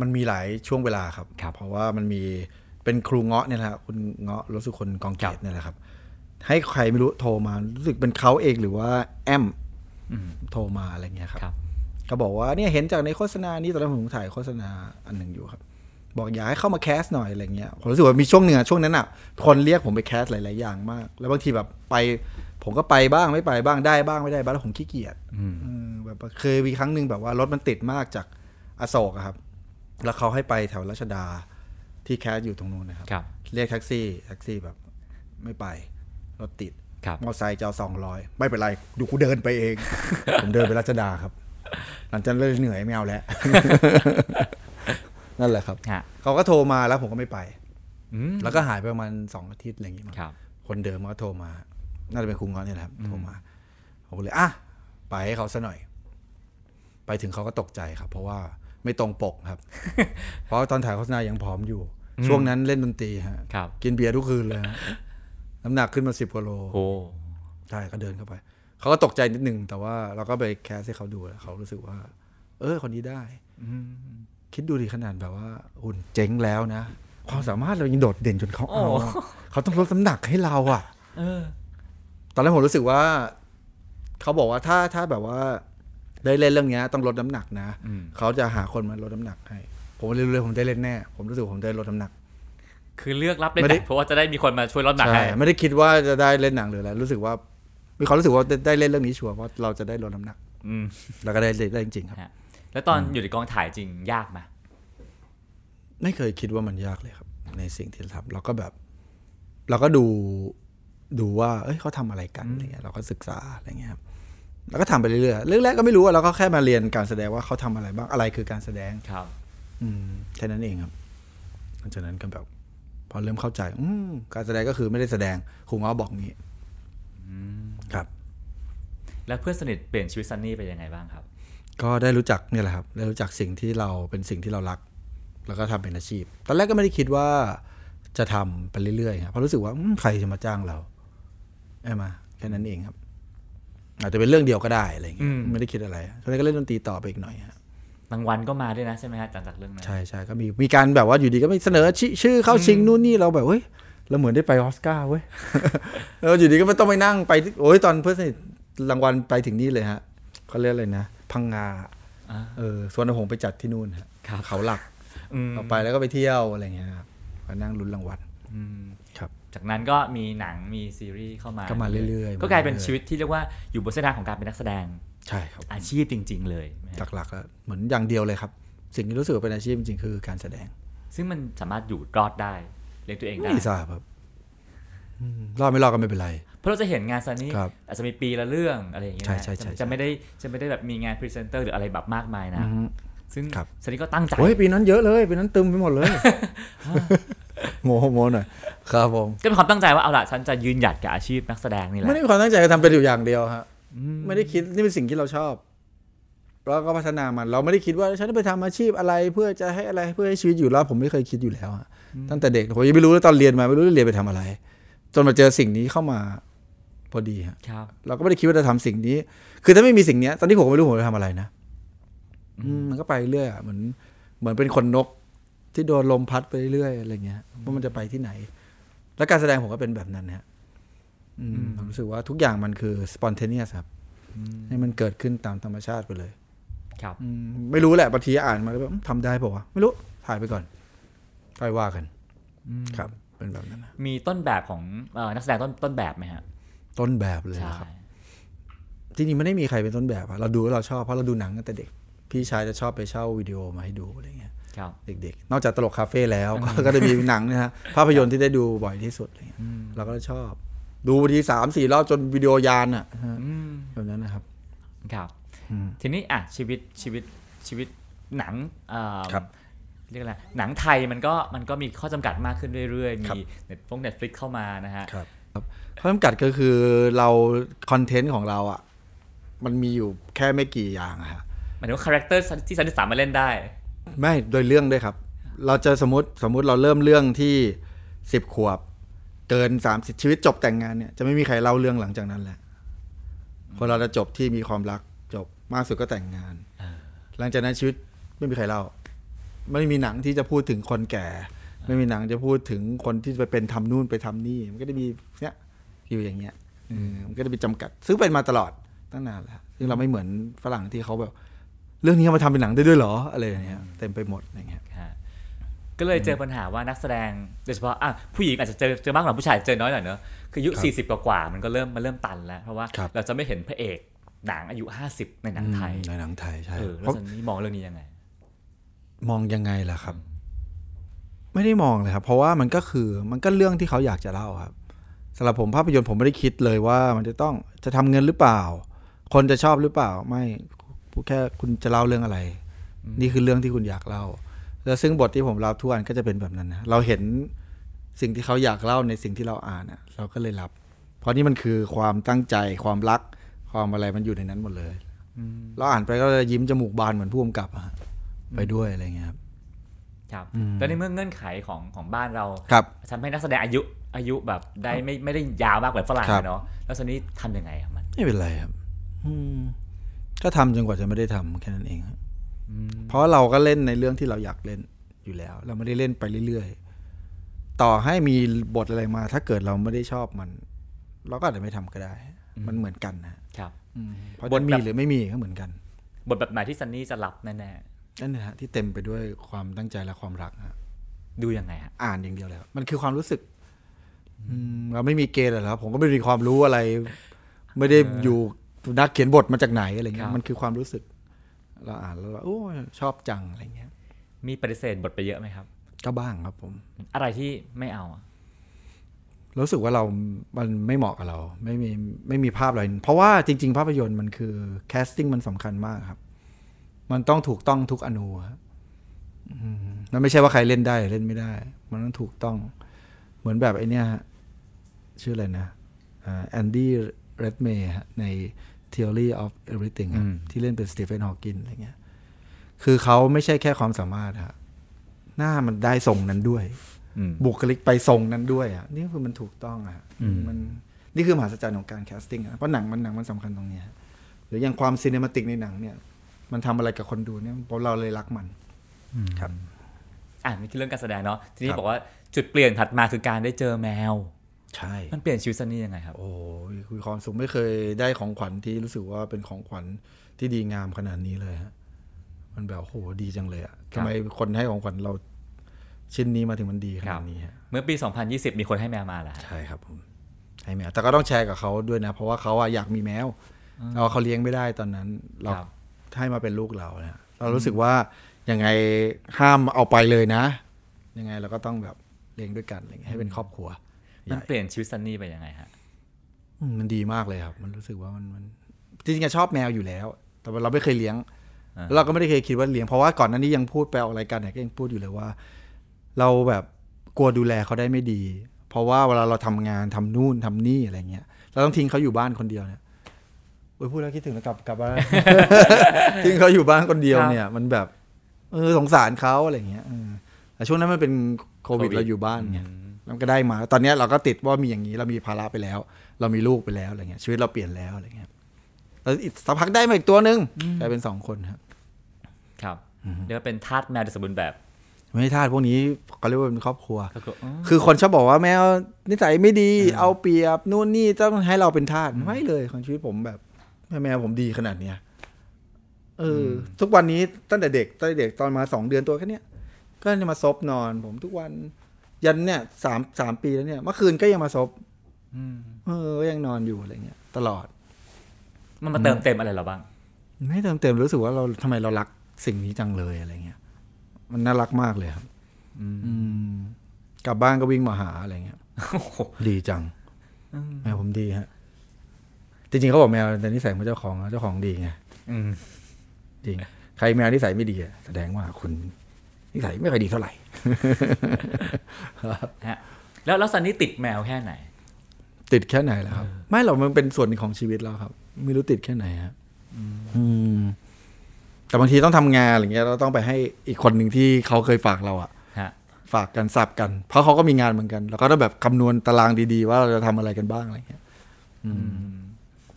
มันมีหลายช่วงเวลาครับ
ครับ
เพราะว่ามันมีเป็นครูเงาะเนี่ยแหละครับคุณเงาะรสุคนกองเก
ครั
ต
บ
เนี่ยแหละครับ ให้ใครไม่รู้โทรมารู้สึกเป็นเขาเองหรือว่าแอมโทรมาอะไรเงี้ยครับ
ครับ
ก็บอกว่าเนี่ยเห็นจากในโฆษณานี้ตอนนั้นผมถ่ายโฆษณาอันหนึ่งอยู่ครับ บอกอยากให้เข้ามาแคสหน่อยอะไรเงี้ยผมรู้สึกว่ามีช่วงหนึ่งอะช่วงนั้นอะคนเรียกผมไปแคสหลาย ๆ อย่างมาก แล้วบางทีแบบไป ผมก็ไปบ้างไม่ไปบ้างได้บ้างไม่ได้บ้างแล้วผมขี้เกียจ
อืม
เออแบบว่าเคยมีครั้งหนึ่งแบบว่ารถมันติดมากจากอโศกอะครับ แล้วเขาให้ไปแถวรัชดาที่แคสอยู่ตรงนู้นนะครับ
ครับ
เรียกแท็กซี่แท็กซี่แบบ ไม่ไป รถติด
ครับ
มอเตอร์ไซค์จะเอาสองร้อยไม่เป็นไรเดูกูเดินไปเอง ผมเดินไปรัชดาครับ หลังจากนั้นเลยเหนื่อยไม่เอาแล้ว นั่นแหละครับ
ฮะ
เขาก็โทรมาแล้วผมก็ไม่ไป
อืม
แล้วก็หายไปประมาณสองอาทิตย์อะไรอย่างงี้มั้ง
ครับ
คนเดิมก็โทรมา น่าจะเป็นครูเงอนเนี่ยแหละครับ โทรมา ผมก็เลย อ่ะ ไปให้เขาซะหน่อย ไปถึงเขาก็ตกใจครับ เพราะว่าไม่ตรงปกครับ เพราะตอนถ่ายโฆษณายังผอมอยู่ ช่วงนั้นเล่นดนตรีฮะ
ครับ
กินเบียร์ทุกคืนเลยฮะน้ำหนักขึ้นมาสิบกว่าโล
โอ้
ใช่ก็เดินเข้าไป เขาก็ตกใจนิดนึง แต่ว่าเราก็ไปแคสให้เขาดูแล้วเขารู้สึกว่า เออ คนนี้ได้ คิดดูดิขนาดแบบว่าหุ่นเจ๋งแล้วนะ ความสามารถเรายังโดดเด่นจนเขาเอาอะเขาต้องลดน้ำหนักให้เราอ่ะ
เออ
ตอนแรกผมรู้สึกว่า เขาบอกว่าถ้าถ้าแบบว่า ได้เล่นเรื่องเนี้ยต้องลดน้ำหนักนะ
อืม
เขาจะหาคนมาลดน้ำหนักให้ ผมเรื่อยๆผมได้เล่นแน่ ผมรู้สึกผมได้ลดน้ำหนัก
คือเลือกรับเล่น
ไม่
ห
ได้
นักเพราะว่าจะได้มีคนมาช่วยลดหนัก
ใช่
ให้
ไม่ได้คิดว่าจะได้เล่นหนังหรืออะไรรู้สึกว่า มีความรู้สึกว่าได้ได้เล่นเรื่องนี้ชัวร์เพราะเราจะได้ลดน้ำหนัก
อืม
แล้วก็ได้เล่นได้จริงๆครับ
ฮะแล้วตอนอยู่ในกองถ่ายจริงยากไหม
ไม่เคยคิดว่ามันยากเลยครับ ในสิ่งที่เราทำเราก็แบบ เราก็ดูดูว่า เอ้ยเขาทำอะไรกันอะไรเงี้ยเราก็ศึกษาอะไรเงี้ยครับแล้วก็ทำไปเรื่อยๆเรื่องแรกก็ไม่รู้อะเราก็แค่มาเรียนการแสดงว่าเขาทำอะไรบ้างอะไรคือการแสดง
ครับ
อืมแค่นั้นเองครับหลังจากนั้นก็แบบ พอเริ่มเข้าใจ อืมการแสดงก็คือไม่ได้แสดงครูง้อบอกงี้ครับ
แล้วเพื่อนสนิทเปลี่ยนชีวิตซันนี่ไปยังไงบ้างครับ
ก็ได้รู้จักเนี่ยแหละครับ ได้รู้จักสิ่งที่เราเป็นสิ่งที่เรารัก แล้วก็ทำเป็นอาชีพ ตอนแรกก็ไม่ได้คิดว่าจะทำไปเรื่อยๆครับเพราะรู้สึกว่าอืมใครจะมาจ้างเราใช่ไหมแค่นั้นเองครับ อาจจะเป็นเรื่องเดียวก็ได้อะไรอย่างเงี้ย
อืม
ไม่ได้คิดอะไรตอนนี้นก็เล่นดนตรีต่อไปอีกหน่อยฮะ
รางวัลก็มาด้วยนะใช่ไหมฮะหลังจากเรื่องนั้น
ใช่ใช่ก็มีมีการแบบว่าอยู่ดีก็ไม่เสนอชอชื่อเข้าชิงนู่นนี่เราแบบเฮ้ยเราเหมือนได้ไปออสการ์เว้ย เราอยู่ดีก็ไม่ต้องไปนั่งไปที่โอ้ยตอนเพื่อนสนิทรางวัลไปถึงนี่เลยฮะเขาเรียกอะไรนะ พังงา
อ่า
เออสวนหงส์ไปจัดที่นู่นฮะ
ครับ
เขาหลัก
อืม
เราไปแล้วก็ไปเที่ยวอะไรเงี้ยครับก็นั่งลุ้นรางวัล
อืม
ครับ
จากนั้นก็มีหนังมีซีรีส์เข้ามา
ก็มาเรื่อยๆ
ก็กลายเป็น
มาเรื่อยๆ
ชีวิตที่เรียกว่าอยู่บนเส้นทางของการเป็นนักแสดง
ใช่ครับ
อาชีพจริง ๆ เลยนะฮะ
หลักๆแล้วเหมือนอย่างเดียวเลยครับ สิ่งที่รู้สึกว่าเป็นอาชีพจริงๆคือการแสดง
ซึ่งมันสามารถอยู่รอดได้เลี้ยงตัวเองได้
ไม่ทราบครับอืมรอดไม่รอดก็ไม่เป็นไร
เพราะเราจะเห็นงานซันนี่
ครับ
อาจจะมีปีละเรื่องอะไรอย่างเงี้ย
ใช่
นะ
ใช่ใช่
จะ
ใช่
จะไม่ได้จะไม่ได้แบบมีงานพรีเซนเตอร์หรืออะไรแบบมากมายนะ ซึ่ง
ครับ
ซันนี่ก็ตั้งใจ
โอ้ยปีนั้นเยอะเลยปีนั้นตึมไปหมดเลย โมโมหน่อยครับผม
ก็เป็นความตั้งใจว่าเอาล่ะฉันจะยืนหยัดกับอาชีพนักแสดงนี่แหละ
ไม่ได้มีความตั้งใจจะทำเป็นอยู่อย่างเดียวฮะไม่ได้คิดนี่เป็นสิ่งที่เราชอบแล้วก็พัฒนามัน เราไม่ได้คิดว่าฉันจะไปทำอาชีพอะไร เพื่อจะให้อะไรเพื่อให้ชีวิตอยู่รอดผมไม่เคยคิดอยู่แล้วฮะตั้งแต่เด็กผมยังไม่รู้เลยตอนเรียนมาไม่รู้จะเรียนไปทำอะไร จนมาเจอสิ่งนี้เข้ามาพอดีฮะ
ครับ
เราก็ไม่ได้คิดว่าจะทำสิ่งนี้ คือถ้าไม่มีสิ่งเนี้ย ตอนนี้ผมก็ไม่รู้ผมจะทำอะไรนะ อืมมันก็ไปเรื่อยอะเหมือนเหมือนเป็นคนนก ที่โดนลมพัดไปเรื่อยอะไรเงี้ยว่ามันจะไปที่ไหน และการแสดงผมก็เป็นแบบนั้นฮะอืมผมรู้สึกว่าทุกอย่างมันคือ spontaneous ครับ ให้มันเกิดขึ้นตามธรรมชาติไปเลย
ครับ
อืมไม่รู้แหละบางทีอ่านมาแล้วแบบอืมทำได้ป่าวะไม่รู้ถ่ายไปก่อนค่อยว่ากันครับ เป็นแบบนั้นนะ
มีต้นแบบของเอ่อนักแสดงต้นต้นแบบไหมฮะ
ต้นแบบเลย
ใช่
นะครับ ที่จริงไม่ได้มีใครเป็นต้นแบบอะเราดูแล้วเราชอบเพราะเราดูหนังตั้งแต่เด็ก พี่ชายจะชอบไปเช่าวิดีโอมาให้ดูอะไรเงี้ย
ครับ
เด็กๆ นอกจากตลกคาเฟ่แล้ว ก็ก็จะมีหนังนะฮะภาพยนตร์ที่ได้ดูบ่อยที่สุดอะไรเงี้ยเราก็จะชอบ ดูทีสามสี่รอบจนวิดีโอยานอะฮะ
อืม
แบบนั้นนะครับ
ครับทีนี้อ่ะชีวิตชีวิตชีวิตหนังเอ่อ
ครับ
เรียกอะไรหนังไทยมันก็มันก็มีข้อจำกัดมากขึ้นเรื่อยๆ
ครับ
มีเน็ตฟงเน็ตฟลิกเข้ามานะฮะ
ครับข้อจำกัดก็คือเราคอนเทนต์ของเราอะมันมีอยู่แค่ไม่กี่อย่างอะฮะ
หมายถึงว่าคาแรคเตอร์ที่สันติสามมารถเล่นได้
ไม่โดยเรื่องด้วยครับ เราจะสมมติสมมติเราเริ่มเรื่องที่สิบขวบ เกินสามสิบชีวิตจบแต่งงานเนี่ยจะไม่มีใครเล่าเรื่องหลังจากนั้นแหละคนเราจะจบที่มีความรักจบมากสุดก็แต่งงาน หลังจากนั้นชีวิตไม่มีใครเล่า ไม่มีหนังที่จะพูดถึงคนแก่ ไม่มีหนังจะพูดถึงคนที่ไปเป็นทำนู่นไปทำนี่ มันก็จะมีเนี้ยอยู่อย่างเงี้ยเออมันก็จะเป็นจำกัด ซึ่งเป็นมาตลอดตั้งนานแล้วซึ่งเราไม่เหมือนฝรั่งที่เขาแบบ เรื่องนี้เอามาทำเป็นหนังได้ด้วยเหรออะไรอย่างเงี้ยเต็มไปหมดอย่างเงี้ย
ฮะก็เลยเจอปัญหาว่านักแสดงโดยเฉพาะอ่ะผู้หญิงอาจจะเจอเจอมากกว่าผู้ชายเจอน้อยหน่อยเนอะคืออายุ40 กว่ากว่าๆมันก็เริ่มมันเริ่มตันแล้ว เพราะว่า
ครับ
เราจะไม่เห็นพระเอกหนังอายุ 50 ในหนังไทย
ในหนังไทยใช่
เออแล้
เพราะ
วสันนี่มองเรื่องนี้ยังไง
มองยังไงล่ะครับ ไม่ได้มองเลยครับ เพราะว่ามันก็คือมันก็เรื่องที่เขาอยากจะเล่าครับสำหรับผมภาพยนตร์ผมไม่ได้คิดเลยว่า มันจะต้องจะทำเงินหรือเปล่า คนจะชอบหรือเปล่า ไม่พูดแค่คุณจะเล่าเรื่องอะไร นี่คือเรื่องที่คุณอยากเล่า แล้วซึ่งบทที่ผมรับทุกอันก็จะเป็นแบบนั้นนะเราเห็นสิ่งที่เขาอยากเล่าในสิ่งที่เราอ่านอะเราก็เลยรับ เพราะนี่มันคือความตั้งใจความรัก ความอะไรมันอยู่ในนั้นหมดเลยเราอ่านไปก็จะยิ้มจมูกบานเหมือนผู้กำกับอะฮะไปด้วยอะไรเงี้ยครับ
ครับแล้วในเมื่อเงื่อนไขของของบ้านเรา
ครับ
ทำให้นักแสดงอายุอายุแบบได้ไม่ไม่ได้ยาวมากแบบฝรั่ง
ครับ
อะเนาะแล้วสันนี่ทำยังไงอะมัน
ไม่เป็นไรครับ อืม ก็ทำจนกว่าจะไม่ได้ทำแค่นั้นเองครับเพราะเราก็เล่นในเรื่องที่เราอยากเล่นอยู่แล้ว เราไม่ได้เล่นไปเรื่อยๆ ต่อให้มีบทอะไรมา ถ้าเกิดเราไม่ได้ชอบมัน เราก็อาจจะไม่ทำก็ได้ มันเหมือนกันนะ
ครับ
อืมเพราะจะ
บทแบบ
มีหรือไม่มีก็เหมือนกัน
บทแบบไหนที่ซันนี่จะรับแน่
นั่นนะฮะที่เต็มไปด้วยความตั้งใจและความรักฮะ
ๆดูยังไงฮะ
อ่านอย่างเดียวเลยครับมันคือความรู้สึกอืมเราไม่มีเกณฑ์หรอกครับ ผมก็ไม่มีความรู้อะไร ไม่ได้อยู่นักเขียนบทมาจากไหนอะไร
ค
เงี้
รั
ย
บ
มันคือความรู้สึก เราอ่านแล้วเราโอ้ยชอบจังอะไรเงี้ย
มีปฏิเสธบทไปเยอะไหมครับ
ก็บ้างครับผม
อะไรที่ไม่เอาอะ
รู้สึกว่าเรา มันไม่เหมาะกับเรา ไม่มี ไม่มีภาพอะไร เพราะว่าจริง ๆ ภาพยนตร์มันคือ แคสติ้งมันสำคัญมากครับ มันต้องถูกต้องทุกอนูฮะอืมมันไม่ใช่ว่าใครเล่นได้หรือเล่นไม่ได้ มันต้องถูกต้อง เหมือนแบบไอเนี้ยฮะชื่ออะไรนะแอนดี้เรดเมย์ใน Theory of Everything ฮะที่เล่นเป็นสตีเฟนฮอว์กินอะไรเงี้ย คือเขาไม่ใช่แค่ความสามารถฮะหน้ามันได้ทรงนั้นด้วย
อืม
บุคลิกไปทรงนั้นด้วยอ่ะนี่คือมันถูกต้องอ่ะ
อืม
มันนี่คือมหาศจรรย์ของการแคสติ้งอ่ะเพราะหนังมันหนังมันสำคัญตรงเนี้ยฮะหรืออย่างความซีเนมาติกในหนังเนี่ย มันทำอะไรกับคนดูเนี่ยเพราะเราเลยรักมันครับ
อ่านนี่คือเรื่องการแสดงเนาะทีนี้
ครับ
บอกว่าจุดเปลี่ยนถัดมาคือการได้เจอแมว
ใช่
มันเปลี่ยนชีวิตซันนี่ยังไงครับ
โอ้ยคือความสุขไม่เคยได้ของขวัญที่รู้สึกว่าเป็นของขวัญที่ดีงามขนาดนี้เลยฮะมันแบบโหดีจังเลยอ่ะ
ครั
ทำ
บ
ไมคนให้ของขวัญเราชิ้นนี้มาถึงมันดีขนาดนี้ฮะ
เมื่อปี 2020 มีคนให้แมวมาแล้ว
ใช่ครับผมให้แมวแต่ก็ต้องแชร์กับเขาด้วยนะ เพราะว่าเขาอะอยากมีแมวเราเขาเลี้ยงไม่ได้ตอนนั้น เรา
ครับ
ให้มาเป็นลูกเราเนี่ยเรารู้สึกว่ายังไงห้ามเอาไปเลยนะ ยังไงเราก็ต้องแบบเลี้ยงด้วยกันอะไรเงี้ยให้เป็นครอบครัว
มันเปลี่ยนชีวิตซันนี่ไปยังไงฮะ
อืมมันดีมากเลยครับ มันรู้สึกว่ามันมันจริงๆอะชอบแมวอยู่แล้ว แต่ว่าเราไม่เคยเลี้ยง
อ่า
เราก็ไม่ได้เคยคิดว่าเลี้ยงเพราะว่าก่อนหน้านี้ยังพูดไปออกรายการไหนก็ยังพูดอยู่เลยว่า เราแบบกลัวดูแลเขาได้ไม่ดี เพราะว่าเวลาเราทำงานทำนู่นทำนี่อะไรเงี้ย เราต้องทิ้งเขาอยู่บ้านคนเดียวเนี่ยโอ้ยพูดแล้วคิดถึงแล้วกลับกลับ บ้าน ทิ้งเขาอยู่บ้านคนเดียวเนี่ย มันแบบเออสงสารเขาอะไรเงี้ยเออแต่ช่วงนั้นมันเป็นโควิด
โควิด
เราอยู่บ้านไงแล้วมันก็ได้มา ตอนเนี้ยเราก็ติดว่ามีอย่างนี้เรามีภาระไปแล้ว เรามีลูกไปแล้วอะไรเงี้ยชีวิตเราเปลี่ยนแล้วอะไรเงี้ยแล้วอีกสักพักได้มาอีกตัวหนึ่งกลายเป็นสองคนครับ
ครับเรียกว่าเป็นทาสแมวโดยสมบูรณ์แบบ
ไม่ใช่ทาสพวกนี้เขาเรียกว่าเป็นครอบครัว
ก็คืออ๋อ
คือคนชอบบอกว่าแมวนิสัยไม่ดีเอาเปรียบนู่นนี่ต้องให้เราเป็นทาสไม่เลยของชีวิตผมแบบแม่แมวผมดีขนาดเนี้ยเอออทุกวันนี้ตั้งแต่เด็กตั้งแต่เด็กตอนมาสองเดือนตัวแค่เนี้ยก็จะมาซบนอน ผมทุกวัน ยันเนี่ยสามสามปีแล้วเนี่ยเมื่อคืนก็ยังมาซบ
อืม
เออก็ยังนอนอยู่อะไรเงี้ยตลอด
มันมาเติมเต็มอะไรเราบ้าง
ไม่เต็มเต็มรู้สึกว่าเราทำไมเรารักสิ่งนี้จังเลยอะไรเงี้ย มันน่ารักมากเลยครับ
อืม
อืมกลับบ้านก็วิ่งมาหาอะไรเงี้ย
โอ้โห
ดีจัง
อืม
แมวผมดีฮะ จริงๆเขาบอกแมวแต่นิสัยของเจ้าของอะเจ้าของดีไง
อืม
จริง ใครแมวนิสัยไม่ดีอะแสดงว่าคุณนิสัยไม่ค่อยดีเท่าไห ร่
ฮะ แล้วแล้วซันนี่ติดแมวแค่ไหน
ติดแค่ไหนล่ะครับ ไม่หรอกมันเป็นส่วนหนึ่งของชีวิตเราครับ ไม่รู้ติดแค่ไหนฮะอืมแต่บางทีต้องทำงานอะไรเงี้ยเราต้องไปให้อีกคนหนึ่งที่เขาเคยฝากเราอะ
ฮะ
ฝากกันสับกัน เพราะเขาก็มีงานเหมือนกัน แล้วก็ต้องแบบคำนวณตารางดีๆ ว่าเราจะทำอะไรกันบ้างอะไรเงี้ย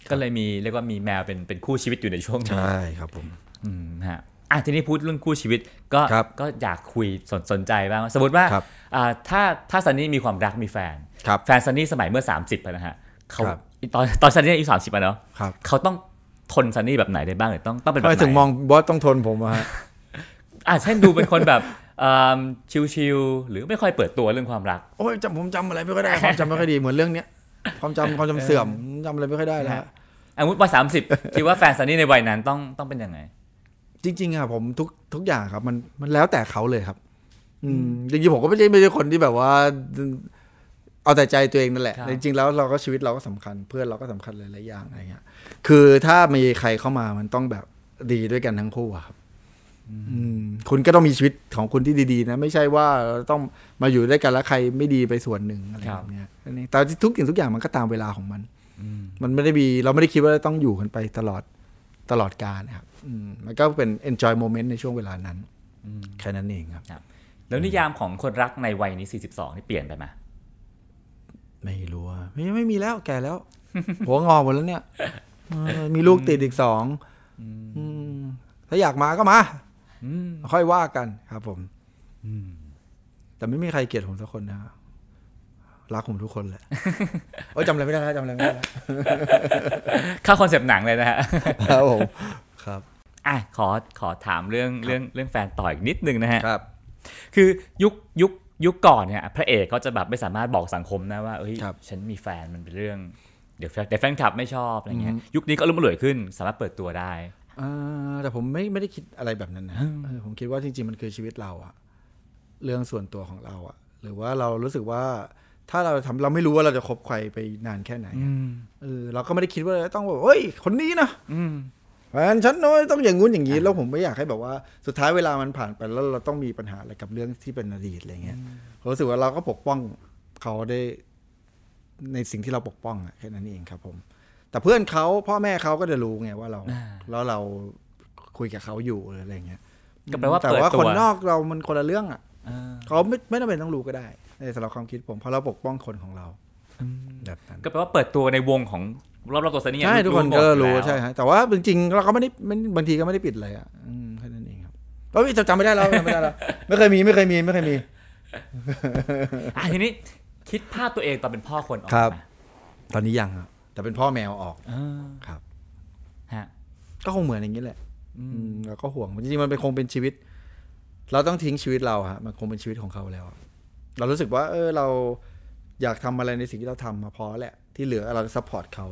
ก็เลยมีเรียกว่ามีแมวเป็นเป็นคู่ชีวิตอยู่ในช่วงนี้
ครับผม
อืมฮะอ่ะทีนี้พูดเรื่องคู่ชีวิตก็
ครับ
ก็อยากคุยสนสนใจบ้างว่าสมมติว่า
ครับ
อ่าถ้าถ้าซันนี่มีความรักมีแฟน
ครับ
แฟนซันนี่สมัยเมื่อ 30แล้วนะฮะเขา
ครับ
ตอนตอนซันนี่อายุสามสิบอะเนาะ
ครับ
เขาต้องทนซันนี่แบบไหนได้บ้างหรือต้องต้องเป็นแบ
ทำ
บ
ไม
ไหน
ถึงมองบอสต้องทนผมอะฮะ
อ่ะเช่นดูเป็นคนแบบเอิ่มชิลๆหรือไม่ค่อยเปิดตัวเรื่องความรัก
โอ้ยจำผมจำอะไรไม่ค่อยได้ความจำไม่ค่อยดีเหมือนเรื่องเนี้ยความจำความจำเสื่อมจำอะไรไม่ค่อยได้แล้วฮะ
อาวุธวัยสามสิบคิดว่าแฟนซันนี่ในวัยนั้นต้องต้องเป็นยังไง
จริงๆอะผมทุกทุกอย่างครับมันมันแล้วแต่เขาเลยครับ อืมจริงๆผมก็ไม่ใช่ไม่ใช่คนที่แบบว่า เอาแต่ใจตัวเองนั่นแหละ
ครับ
แต่จริงๆแล้วเราก็ชีวิตเราก็สำคัญ เพื่อนเราก็สำคัญหลายๆอย่างอะไรเงี้ย คือถ้ามีใครเข้ามามันต้องแบบดีด้วยกันทั้งคู่อะครับ อืม คุณก็ต้องมีชีวิตของคุณที่ดีๆ นะ ไม่ใช่ว่าเราต้องมาอยู่ด้วยกันแล้วใครไม่ดีไปส่วนหนึ่งอะไรแบบเนี้ยอันนี้แต่ทุกสิ่งทุกอย่างมันก็ตามเวลาของมัน มันไม่ได้มีเราไม่ได้คิดว่าต้องอยู่กันไปตลอดตลอดกาลนะครับอืมมันก็เป็น enjoy moment ในช่วงเวลานั้นแค่นั้นเองครับ
ครับแล้วนิยามของคนรักในวัยนี้ 42 นี่เปลี่ยนไปไหม
ไม่รู้ว่าไม่ไม่มีแล้วแก่แล้ว หัวงอหมดแล้วเนี่ยเออมีลูกติดอีกสองอืมถ้าอยากมาก็มา
อืม
ค่อยว่ากันครับผมแต่ไม่มีใครเกลียดผมสักคนนะครับรักผมทุกคนแหละ โอ้ยจำอะไรไม่ได้แล้วจำอะไรไม่ได้แล้ว
เข้าคอนเซปต์หนังเลยนะฮะ
ครับผมครับ
อ่ะขอขอถามเรื่องเรื่องเรื่องแฟนต่ออีกนิดนึงนะฮะ
ครับ
คือยุคยุคยุคก่อนเนี่ยพระเอกก็จะแบบไม่สามารถบอกสังคมนะว่าเอ้ย
ครับ
ฉันมีแฟนมันเป็นเรื่องเดี๋ยวแฟนเดี๋ยวแฟนคลับไม่ชอบอะไรเงี้ยยุคนี้ก็รุ่มรวยขึ้น สามารถเปิดตัวได้
อ่าแต่ผมไม่ไม่ได้คิดอะไรแบบนั้นนะเออผมคิดว่าจริง ๆ มันคือชีวิตเราอะเรื่องส่วนตัวของเราอะหรือว่าเรารู้สึกว่าถ้าเราทำเราไม่รู้ว่าเราจะคบใครไปนานแค่ไหนอะเออเราก็ไม่ได้คิดว่าเราจะต้องแบบเฮ้ย คนนี้นะ
อืม
แฟนฉันน้อยต้องอย่างงู้นอย่างนี้แล้วผมไม่อยากให้แบบว่าสุดท้ายเวลามันผ่านไปแล้วเราต้องมีปัญหาอะไรกับเรื่องที่เป็นอดีตอะไรเงี้ยผมรู้สึกว่าเราก็ปกป้องเขาได้ในสิ่งที่เราปกป้องอะแค่นั้นเองครับผม แต่เพื่อนเขาพ่อแม่เขาก็จะรู้ไงว่าเรา แล้วเราคุยกับเขาอยู่หรืออะไรเงี้ย
ก็แปลว่า
แต่
เปิด
ว่า
ตั
ค
วน
นอกเรามันคนละเรื่องอ่ะ
อ่า
เขาไม่ไม่จำเป็นต้องรู้ก็ได้ ในสำหรับความคิดผมเพราะเราปกป้องคนของเราแบบนั้น
ก็แปลว่าเปิดตัวในวงของรอบๆตัวซะเนี่ย
ใช่ทุกคน
หมด
ก็รู้
แล้ว
ใช่ฮะแต่ว่าจริงๆเราก็ไม่ได้ไม่บางทีก็ไม่ได้ปิดอะไรอ่ะอืมแค่นั้นเองครับเพราะพี่จำไม่ได้แล้วจำไม่ ได้แล้วไม่เคยมีไม่เคยมีไม่เคยมี
อ่ะทีนี้คิดภาพตัวเองตอนเป็นพ่อคนออก
ครับ
มา
ตอนนี้ยังครับแต่เป็นพ่อแมวออก
เออ
ครับ
ฮะ
ก็คงเหมือนอย่างนี้แหละ อืมเราก็ห่วงจริงๆมันเป็นคงเป็นชีวิต เราต้องทิ้งชีวิตเราฮะมันคงเป็นชีวิตของเขาแล้วอะเรารู้สึกว่า เออเราอยากทำอะไรในสิ่งที่เราทำมาพอแหละที่เหลือเราจะซัพพอร์ตเขา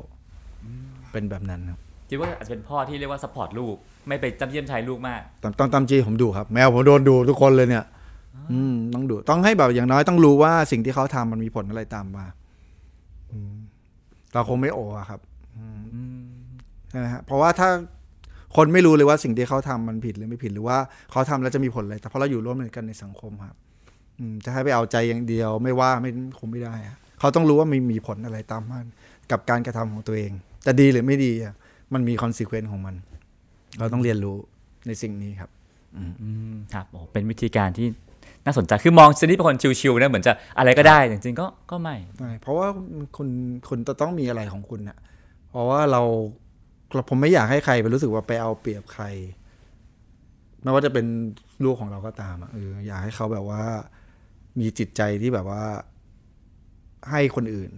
เป็นแบบนั้นครับ
คิดว่าอาจจะเป็นพ่อที่เรียกว่าสปอร์ตลูก ไม่ไปจำเยี่ยมชายลูกมาก
ตามต้องตามจีผมดูครับ แมวผมโดนดูทุกคนเลยเนี่ย อืมต้องดูต้องให้แบบอย่างน้อยต้องรู้ว่าสิ่งที่เขาทำมันมีผลอะไรตามมา อืมเราคงไม่โออะครับใช่ไหมฮะเพราะว่าถ้าคนไม่รู้เลยว่าสิ่งที่เขาทำมันผิดหรือไม่ผิดหรือว่าเขาทำแล้วจะมีผลอะไรแต่เพราะเราอยู่ร่วมกันในสังคมครับ อืมจะให้ไปเอาใจอย่างเดียวไม่ว่าไม่คงไม่ได้อะเขาต้องรู้ว่ามันมีผลอะไรตามมากับการกระทำของตัวเองจะดีหรือไม่ดีอะมันมีคอนซ e เควนต์ของมัน เราต้องเรียนรู้ในสิ่งนี้ครับ
อืมครับโอ้เป็นวิธีการที่น่าสนใจ คือมองชนิดเป็นคนชิวๆนะ เหมือนจะอะไรก็ได้ จริงๆก็ก็ไม่
ใช่เพราะว่าคุณคุณจะต้องมีอะไรของคุณนะเพราะว่าเราเราผมไม่อยากให้ใครไปรู้สึกว่าไปเอาเปรียบใคร ไม่ว่าจะเป็นลูกของเราก็ตามอะเอออยากให้เขาแบบว่า มีจิตใจที่แบบว่า ให้คนอื่น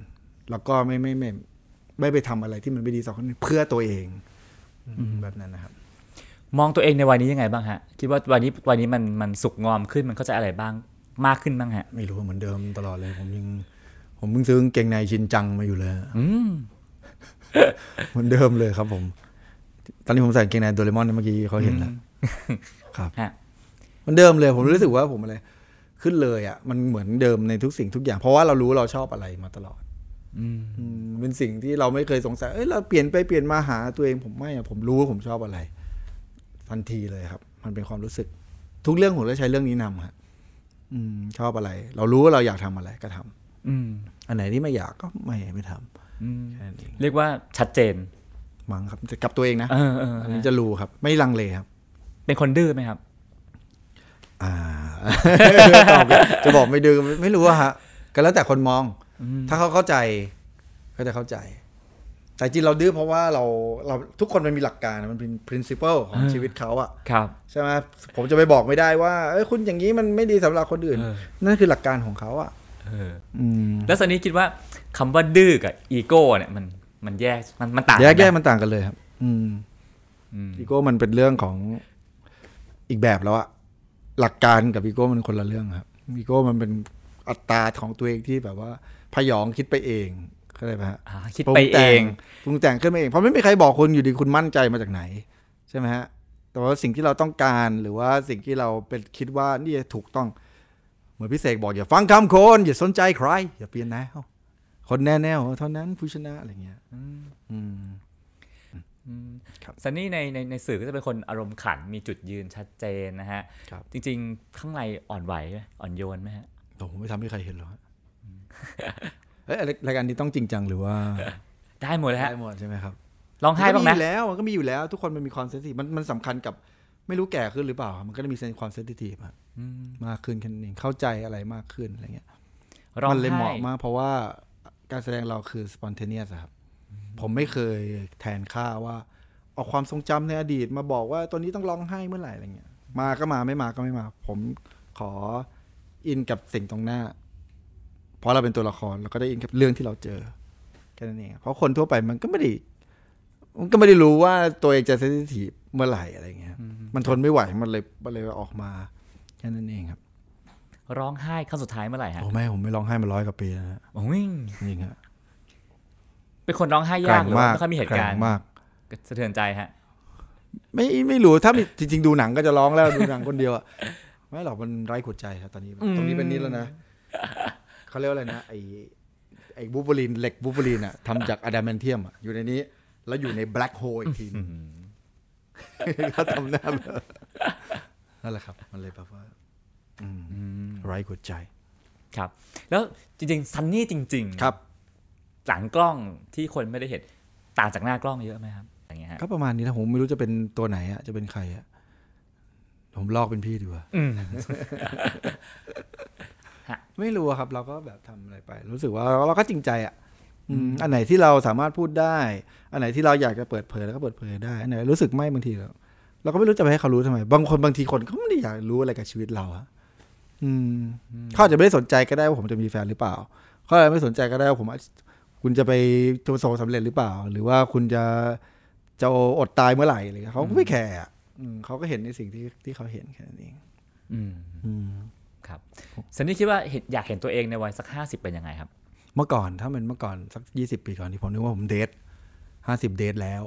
แล้วก็ไม่ไม่ไม่ไม่ไปทำอะไรที่มันไม่ดีสำหรับคนอื่นเพื่อตัวเองอืมแบบนั้นนะครับ
มองตัวเองในวัยนี้ยังไงบ้างฮะ คิดว่าวันนี้วันนี้มันมันสุกงอมขึ้นมันเข้าใจอะไรบ้างมากขึ้นบ้างฮะ
ไม่รู้เหมือนเดิมตลอดเลย ผมยัง ผมเพิ่งซื้อกางเกงในชินจังมาอยู่เลย
อืม
เหมือนเดิมเลยครับผม ตอนนี้ผมใส่กางเกงในโดเรมอนนะเมื่อกี้เขาเห็นแล้ว ครับ
ฮะ
เหมันเดิมเลยผมรู้สึกว่าผมอะไร ขึ้นเลยอะ่ะ มันเหมือนเดิมในทุกสิ่งทุกอย่าง เพราะว่าเรารู้เราชอบอะไรมาตลอด
อืม
อืมเป็นสิ่งที่เราไม่เคยสงสัยเอ้ยเราเปลี่ยนไปเปลี่ยนมาหาตัวเองผมไม่อะผมรู้ว่าผมชอบอะไร ทันทีเลยครับ มันเป็นความรู้สึก ทุกเรื่องผมจะใช้เรื่องนี้นำฮะอืม ชอบอะไร เรารู้ว่าเราอยากทำอะไรก็ทำ
อืม
อันไหนที่ไม่อยากก็ไม่ไม่ท
อืม
ำแค่นั้นเอง
เรียกว่าชัดเจน
มั้งครับแต่กับตัวเองนะ
เออเออ
อั
เอน อ
นี้จะรู้ครับ ไม่ลังเลครับ
เป็นคนดื้อไหมครับ
อ่า ตอบจะบอกไม่ดื้อไม่ไม่รู้อะฮะก็แล้วแต่คนมอง ถ้าเขาเข้าใจก็จะเข้าใจ แต่จริงเราดื้อเพราะว่าเราเราทุกคนมันมีหลักการมันเป็น principle ของ
เออ
ชีวิตเขาอะ
ครับ
ใช่ไหมผมจะไปบอกไม่ได้ว่าเอ้ยคุณอย่างนี้มันไม่ดีสำหรับคนอื่น
เออ
นั่นคือหลักการของเขาอะ
เออ
อืม
แล้วตอนนี้คิดว่าคำว่าดื้อกับอีโก้เนี่ยมันมันแยกมันมันต่างน
แยก
ไหม
แยกมันต่างกันเลยครับ อืม
อืม
อีโก้มันเป็นเรื่องของอีกแบบแล้วอะหลักการกับอีโก้มันคนละเรื่องครับอีโก้มันเป็นอัตราของตัวเองที่แบบว่าพยองคิดไปเองเข้าใจไหมฮะ
อ่าคิดไปเอง
ปรุงแต่ปรุงแต่งขึ้นมาเอง เพราะไม่มีใครบอกคุณอยู่ดีคุณมั่นใจมาจากไหน ใช่ไหมฮะ แต่ว่าสิ่งที่เราต้องการหรือว่าสิ่งที่เราเป็นคิดว่านี่ถูกต้อง เหมือนพี่เสกบอกอย่าฟังคำคนอย่าสนใจใคร อย่าเปลี่ยนแนวคนแน่แนวเท่านั้นผู้ชนะอะไรเงี้ยอืม ครับ
ซันนี่ในในในสื่อก็จะเป็นคนอารมณ์ขันมีจุดยืนชัดเจนนะฮะ
ครับ
จริงๆ ข้างในอ่อนไหวไหมอ่อนโยนไหมฮะ
แต่ผมไม่ทำให้ใครเห็นหรอกฮะเอ้ยอะไรรายการนี้ต้องจริงจังหรือว่า
ได้หมดแล้วฮะ
ได้หมดใช่ไหมครับ
ร้องไห้บ้างไหม
มันก็มีอยู่แล้วมันก็มีอยู่แล้ว ทุกคนมันมีความเซนซิทีฟมันมันสำคัญกับไม่รู้แก่ขึ้นหรือเปล่า มันก็จะมีเซนความเซนซิทีฟอะ
อืม
มากขึ้นแค่นั้นเองเข้าใจอะไรมากขึ้นอะไรเงี้ย
ร้อง
มันเลยเห
ไห้
มาะมากเพราะว่าการแสดงเราคือ spontaneous อะครับ ผมไม่เคยแทนค่าว่าเอาความทรงจำในอดีตมาบอกว่าตัวนี้ต้องร้องไห้เมื่อไหร่อะไรเงี้ย มาก็มาไม่มาก็ไม่มา ผมขออินกับสิ่งตรงหน้า เพราะเราเป็นตัวละครเราก็ได้อินกับเรื่องที่เราเจอแค่นั้นเองเพราะคนทั่วไปมันก็ไม่ได้มันก็ไม่ได้รู้ว่าตัวเองจะเซนซิทีฟ เมื่อไหร่อะไรเงี้ยมันทนไม่ไหวมันเลยมันเลยออกมาแค่นั้นเองครับ
ร้องไห้ครั้งสุดท้ายเมื่อไหร่ฮะ
โอ้แม่ผมไม่ร้องไห้มาร้อยกว่าปีแล้วนะ
โอ้ย
จริงฮะ
เป็นคนร้องไห้
แกร่
ยาก
ง
หรือ
มา
ว่าก ไม่ค่อยมีเหตุการณ์
แงมาก
สะเทือนใจฮะ
ไม่ไม่รู้ถ้ามีจริง ๆ ดูหนังก็จะร้องแล้ว ดูหนังคนเดียวอะ ไม่หรอกมันไร้หัวใจครับตอนนี้ตรงนี้เป็นนิดแล้วนะเขาเรียกว่าอะไรนะไอไอบูฟเฟอรีนเหล็กบูฟเฟอรีนอะทำจากอะดามนเทียมอะอยู่ในนี้ แล้วอยู่ในแบล็คโฮลอีกทีหนึ่ง เขาทำหน้าแบบนั่นแหละครับ มันเลยแบบว่าอืมไร้หัวใจ
ครับ แล้วจริงๆซันนี่จริงๆ
ครับ
หลังกล้องที่คนไม่ได้เห็นต่างจากหน้ากล้องเยอะไหมครับอย่างเงี้ยฮะ
ก็ประมาณนี้นะผมไม่รู้จะเป็นตัวไหนอะจะเป็นใครอะผมลอกเป็นพี่ดีกว่า
อื ม
ไม่รู้อะครับ เราก็แบบทำอะไรไป รู้สึกว่าเราเราก็จริงใจอะอืมอันไหนที่เราสามารถพูดได้ อันไหนที่เราอยากจะเปิดเผยแล้วก็เปิดเผยได้อันไหนรู้สึกไม่บางทีเราเราก็ไม่รู้จะไปให้เขารู้ทำไม บางคนบางทีคนเขาไม่ได้อยากรู้อะไรกับชีวิตเราอะอืมเขาอาจจะไม่ได้สนใจก็ได้ว่าผมจะมีแฟนหรือเปล่าเขาอาจจะไม่สนใจก็ได้ว่าผมอาจคุณจะไปประสบความสำเร็จหรือเปล่า หรือว่าคุณจะจะอดตายเมื่อไหร่อะไรเงี้ยเขาก็ไม่แคร์อะอืมเขาก็เห็นในสิ่งที่ที่เขาเห็นแค่นั้นเอง
อืมครับซันนี่คิดว่าเห็นอยากเห็นตัวเองในวัยสักห้าสิบเป็นยังไงครับ
เมื่อก่อนถ้าเป็นเมื่อก่อนสักยี่สิบปีก่อนที่ผมนึกว่าผมเดทห้าสิบเดทแล้ว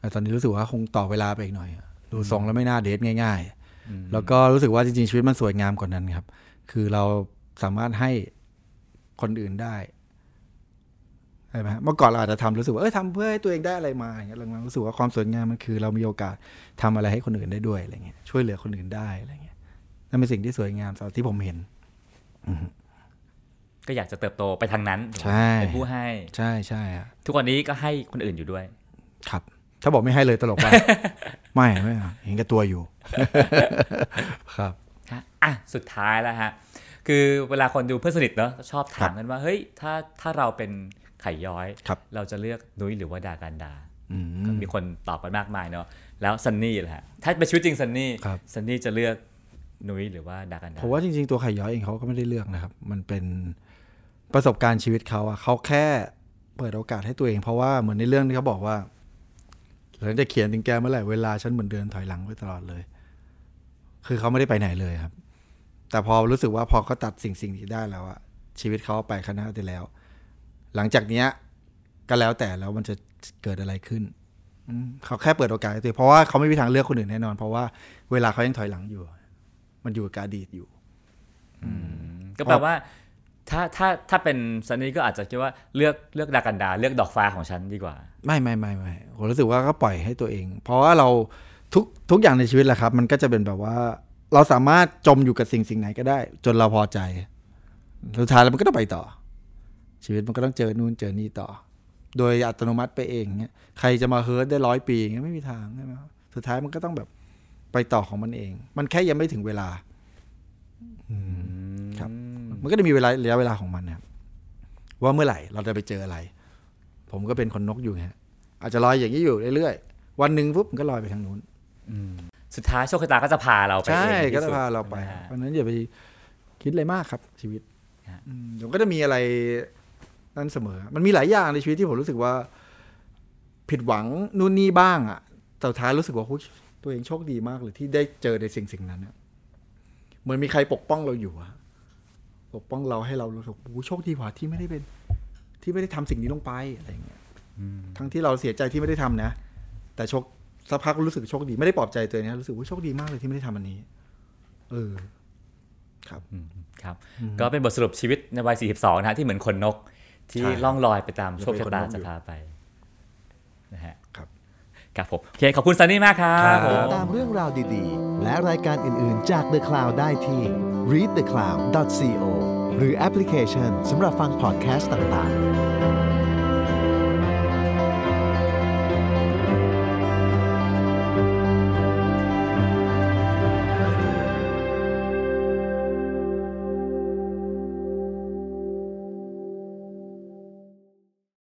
แต่ตอนนี้รู้สึกว่าคงต่อเวลาไปอีกหน่อยอะดูทรงแล้วไม่น่าเดทง่าย
อืม
ๆ แล้วก็รู้สึกว่าจริงๆ ชีวิตมันสวยงามกว่านั้นครับ คือเราสามารถให้คนอื่นได้ใช่ไหมฮะเมื่อก่อนเราอาจจะทำรู้สึกว่าเอ้ยทำเพื่อให้ตัวเองได้อะไรมาอย่างเงี้ยหลังๆรู้สึกว่าความสวยงามมันคือ เรามีโอกาสทำอะไรให้คนอื่นได้ด้วยอะไรเงี้ยช่วยเหลือคนอื่นได้อะไรเงี้ยนั่นเป็นสิ่งที่สวยงามสำหรับที่ผมเห็น
ก็อยากจะเติบโตไปทางนั้น
ใช่
เป็นผู้ให้
ใช่ใช่อะ
ทุกวันนี้ก็ให้คนอื่นอยู่ด้วย
ครับถ้าบอกไม่ให้เลยตลกไป ไม่ไม่เอาเห็นแกับตัวอยู่ ครับ
ฮะอ่ะสุดท้ายแล้วฮะ คือเวลาคนดูเพื่อนสนิทเนอะก็ชอบถามกันว่า เฮ้ย ถ้าถ้าเราเป็นไข่ย้อย
ครับ
เราจะเลือกนุ้ยหรือว่าดาการดา
อืม
ก็มีคนตอบกันมากมายเนอะแล้วซันนี่แหละฮะ ถ้าเป็นชีวิตจริงซันนี่
ครับ
ซันนี่จะเลือกนุ้ยหรือว่าดากันดา
ผมว่าจริง ๆ ตัวไข่ย้อยเองเขาก็ไม่ได้เลือกนะครับ มันเป็นประสบการณ์ชีวิตเขาอะเขาแค่เปิดโอกาสให้ตัวเอง เพราะว่าเหมือนในเรื่องที่เขาบอกว่าฉันจะเขียนถึงแกเมื่อไหร่เวลาฉันเหมือนเดินถอยหลังไปตลอดเลย คือเขาไม่ได้ไปไหนเลยครับ แต่พอรู้สึกว่าพอเขาตัดสิ่งสิ่งนี้ได้แล้วอะชีวิตเขาไปคณะไปแล้ว หลังจากเนี้ยก็แล้วแต่แล้วมันจะเกิดอะไรขึ้นอืมเขาแค่เปิดโอกาสให้ตัวเองเพราะว่าเขาไม่มีทางเลือกคนอื่นแน่นอน เพราะว่าเวลาเขายังถอยหลังอยู่ มันอยู่กับอดีตอยู่
ก็แปลว่า ถ้าถ้าถ้าเป็นซันนี่ก็อาจจะคิดว่าเลือกเลือกดากันดา เลือกดอกฟ้าของฉันดีกว่า
ไม่ไม่ไม่ไม่ผมรู้สึกว่าก็ปล่อยให้ตัวเอง เพราะว่าเราทุกทุกอย่างในชีวิตแหละครับ มันก็จะเป็นแบบว่า เราสามารถจมอยู่กับสิ่งสิ่งไหนก็ได้ จนเราพอใจสุดท้ายแล้วมันก็ต้องไปต่อ ชีวิตมันก็ต้องเจอนู่นเจอนี่ต่อ โดยอัตโนมัติไปเองเนี่ยใครจะมาเฮิร์ตได้ร้อยปีอย่างเงี้ยไม่มีทางใช่ไหมครับสุดท้ายมันก็ต้องแบบไปต่อของมันเอง มันแค่ยังไม่ถึงเวลา ครับ มันก็จะมีเวลาระยะเวลาของมันนะครับว่าเมื่อไหร่เราจะไปเจออะไร ผมก็เป็นคนนกอยู่ไงฮะอาจจะลอยอย่างนี้อยู่เรื่อยๆ วันหนึ่งปุ๊บมันก็ลอยไปทางนู้น
สุดท้ายโชคชะตาก็จะพาเราไป
ใช่
เองใน
ก็
ที่
จะ
สุด
พาเราไป
นะฮะ
เพราะฉะนั้นอย่าไปคิดอะไรมากครับ ชีวิต
ฮะ
อืมเดี๋ยวก็จะมีอะไรนั่นเสมอ มันมีหลายอย่างในชีวิตที่ผมรู้สึกว่า ผิดหวังนู่นนี่บ้างอะแต่สุดท้ายรู้สึกว่าอุ๊ยตัวเองโชคดีมากเลยที่ได้เจอในสิ่งสิ่งนั้นอะเหมือนมีใครปกป้องเราอยู่อะปกป้องเราให้เรารู้สึกโอ้โชคดีกว่าที่ไม่ได้เป็น ที่ไม่ได้ทำสิ่งนี้ลงไปอะไรอย่างเงี้ยทั้งที่เราเสียใจที่ไม่ได้ทำนะ แต่โชคสักพักรู้สึกโชคดีไม่ได้ปลอบใจตัวเองนะรู้สึกว่าโชคดีมากเลยที่ไม่ได้ทำอันนี้ เออ ครับ
ครับก็เป็นบทสรุปชีวิตในวัย 42 นะฮะที่เหมือนคนนกที่
ใช่
ล่องลอยไปตามโชคชะตา
เป็นคนนกอยู่
จะพาไปนะฮะ
ครับ
ครับผมโอเค ขอบคุณซันนี่มากครับ
ครับ
ผ
ติด
ม
ตามเรื่องราวดีๆ และรายการอื่นๆจาก The Cloud ได้ที่ readthecloud.co หรือแอปพลิเคชันสำหรับฟังพอดแคสต์ต่างๆ